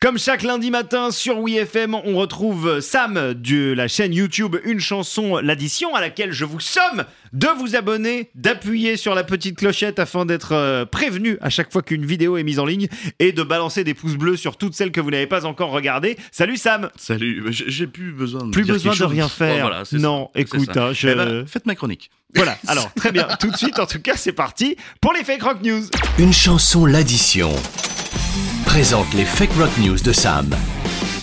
Comme chaque lundi matin sur WeFM, on retrouve Sam de la chaîne YouTube Une chanson, l'addition, à laquelle je vous somme de vous abonner, d'appuyer sur la petite clochette afin d'être euh, prévenu à chaque fois qu'une vidéo est mise en ligne et de balancer des pouces bleus sur toutes celles que vous n'avez pas encore regardées. Salut Sam Salut, euh, j'ai j'ai plus besoin de Plus dire besoin quelque de chose. rien Oh, faire. voilà, c'est non, ça, c'est écoute, ça. hein, je- Eh ben, faites ma chronique. voilà, alors très bien, tout de suite en tout cas, c'est parti pour les Fake Rock News Une chanson, l'addition. Présente les fake rock news de Sam.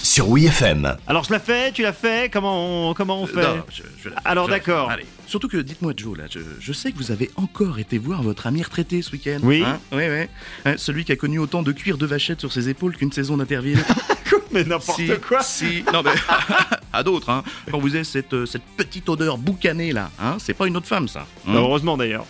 Sur WeFM. Alors je la fais, tu la fais, comment on, comment on fait Non, je- je vais la- Alors, je vais la- d'accord. Allez. Surtout que dites-moi Joe là, je, je sais que vous avez encore été voir votre ami retraité ce week-end. Oui. Hein oui, oui. Hein, celui qui a connu autant de cuir de vachette sur ses épaules qu'une saison d'interville. Mais n'importe si, quoi Si. Non mais à d'autres. Hein. Quand vous avez cette, euh, cette petite odeur boucanée là, hein, c'est pas une autre femme ça. Hein. Bah, Heureusement d'ailleurs.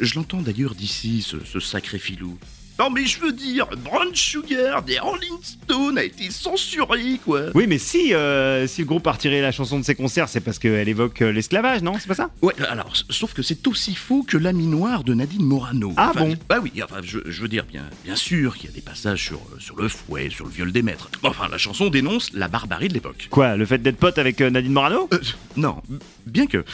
Je l'entends d'ailleurs d'ici, ce, ce sacré filou. Non mais je veux dire, Brown Sugar des Rolling Stones a été censuré quoi. Oui, mais si, euh, si le groupe a retiré la chanson de ses concerts, c'est parce qu'elle évoque euh, l'esclavage, non C'est pas ça Ouais, alors, s- sauf que c'est aussi faux que l'ami noir de Nadine Morano. Ah Enfin, bon Bah oui, enfin, je, je veux dire, bien, bien sûr qu'il y a des passages sur, euh, sur le fouet, sur le viol des maîtres. Enfin, la chanson dénonce la barbarie de l'époque. Quoi, le fait d'être pote avec euh, Nadine Morano Euh, non, m- bien que.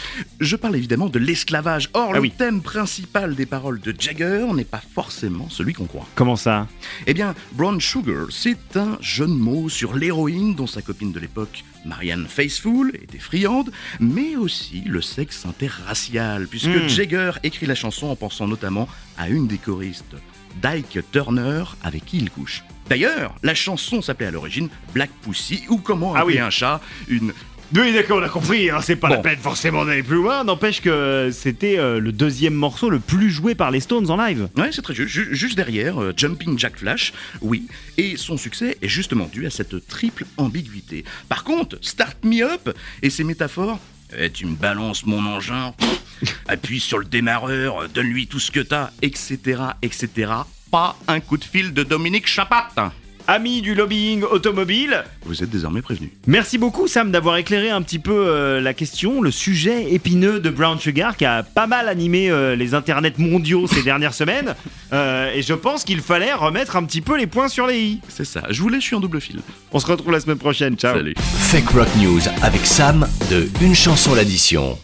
Je parle évidemment de l'esclavage. Or, Ah le oui. thème principal des paroles de Jagger n'est pas forcément celui qu'on croit. Comment ça Eh bien, Brown Sugar, c'est un jeune mot sur l'héroïne dont sa copine de l'époque, Marianne Faithfull, était friande, mais aussi le sexe interracial, puisque Mm. Jagger écrit la chanson en pensant notamment à une des choristes, Dyke Turner, avec qui il couche. D'ailleurs, la chanson s'appelait à l'origine Black Pussy, ou comment Ah appeler oui. un chat une... Oui, d'accord, on a compris, hein, c'est pas la Bon. peine forcément d'aller plus loin, n'empêche que euh, c'était euh, le deuxième morceau le plus joué par les Stones en live. Ouais, c'est très juste, ju- juste derrière, euh, Jumping Jack Flash, oui, et son succès est justement dû à cette triple ambiguïté. Par contre, Start Me Up et ses métaphores, Eh, tu me balances mon engin, pff, appuie sur le démarreur, euh, donne-lui tout ce que t'as, etc., etc., pas un coup de fil de Dominique Chapat. Amis du lobbying automobile, Vous êtes désormais prévenu. merci beaucoup Sam d'avoir éclairé un petit peu euh, la question, le sujet épineux de Brown Sugar qui a pas mal animé euh, les internets mondiaux ces dernières semaines, Euh, et je pense qu'il fallait remettre un petit peu les points sur les i. C'est ça, je voulais, je suis en double fil. On Ah se retrouve la semaine prochaine, ciao Salut. Fake rock news avec Sam de Une chanson, l'addition.